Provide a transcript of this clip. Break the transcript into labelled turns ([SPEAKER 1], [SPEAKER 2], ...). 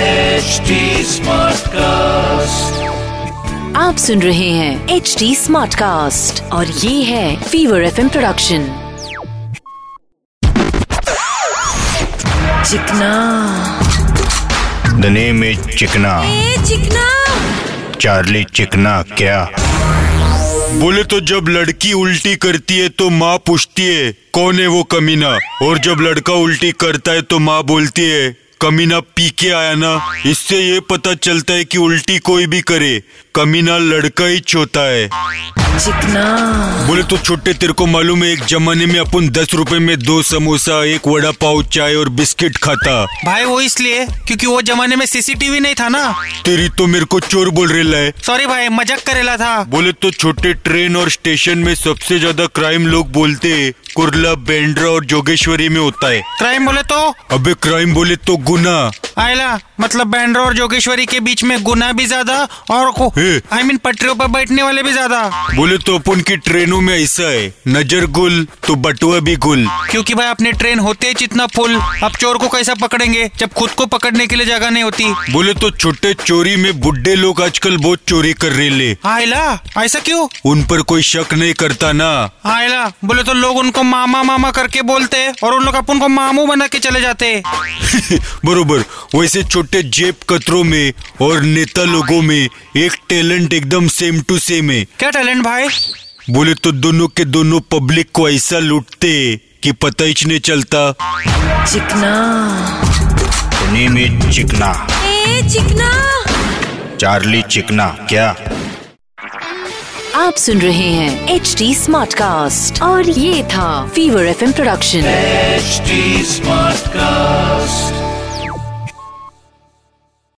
[SPEAKER 1] HD Smartcast.
[SPEAKER 2] आप सुन रहे हैं एच डी स्मार्ट कास्ट और ये है fever F production Chikna
[SPEAKER 3] the name is Chikna
[SPEAKER 2] a Chikna
[SPEAKER 3] Charlie Chikna क्या बोले तो जब लड़की उल्टी करती है तो माँ पूछती है कौन है वो कमीना और जब लड़का उल्टी करता है तो माँ बोलती है कमीना पी के आया ना इससे ये पता चलता है कि उल्टी कोई भी करे कमीना लड़का ही छोटा है
[SPEAKER 2] चिकना
[SPEAKER 3] बोले तो छोटे तेरे को मालूम है एक जमाने में अपन दस रुपए में दो समोसा एक वड़ा पाव चाय और बिस्किट खाता
[SPEAKER 4] भाई वो इसलिए क्योंकि वो जमाने में सीसीटीवी नहीं था ना
[SPEAKER 3] तेरी तो मेरे को चोर बोल रही है
[SPEAKER 4] सॉरी भाई मजाक करेला था
[SPEAKER 3] बोले तो छोटे ट्रेन और स्टेशन में सबसे ज्यादा क्राइम लोग बोलते हैं कुरला बेंड्रा और जोगेश्वरी में होता है
[SPEAKER 4] क्राइम बोले तो
[SPEAKER 3] अबे क्राइम बोले तो गुना
[SPEAKER 4] आयला मतलब बैंड्रा और जोगेश्वरी के बीच में गुना भी ज्यादा और
[SPEAKER 3] हे।
[SPEAKER 4] आई मीन पटरियों पर बैठने वाले भी ज्यादा
[SPEAKER 3] बोले तो अपन की ट्रेनों में ऐसा है नजर गुल तो बटुआ भी गुल
[SPEAKER 4] क्योंकि भाई अपने ट्रेन होते ही जितना फुल अब चोर को कैसा पकड़ेंगे जब खुद को पकड़ने के लिए जगह नहीं होती
[SPEAKER 3] बोले तो छोटे चोरी में बुढ़े लोग आजकल बहुत चोरी कर रहे ले
[SPEAKER 4] आयला ऐसा क्यों
[SPEAKER 3] उन पर कोई शक नहीं करता ना
[SPEAKER 4] आयला बोले तो लोग उनको मामा मामा करके बोलते हैं और उन लोग अपन को मामू बना के चले जाते हैं।
[SPEAKER 3] बरोबर वैसे छोटे जेब कतरों में और नेता लोगों में एक टैलेंट एकदम सेम टू सेम है
[SPEAKER 4] क्या टैलेंट भाई
[SPEAKER 3] बोले तो दोनों के दोनों पब्लिक को ऐसा लूटते कि पता ही नहीं चलता
[SPEAKER 2] Chikna
[SPEAKER 3] name is Chikna
[SPEAKER 2] a Chikna
[SPEAKER 3] Charlie Chikna क्या
[SPEAKER 2] आप सुन रहे हैं एच डी स्मार्ट कास्ट और ये था fever F production
[SPEAKER 1] HD Smartcast.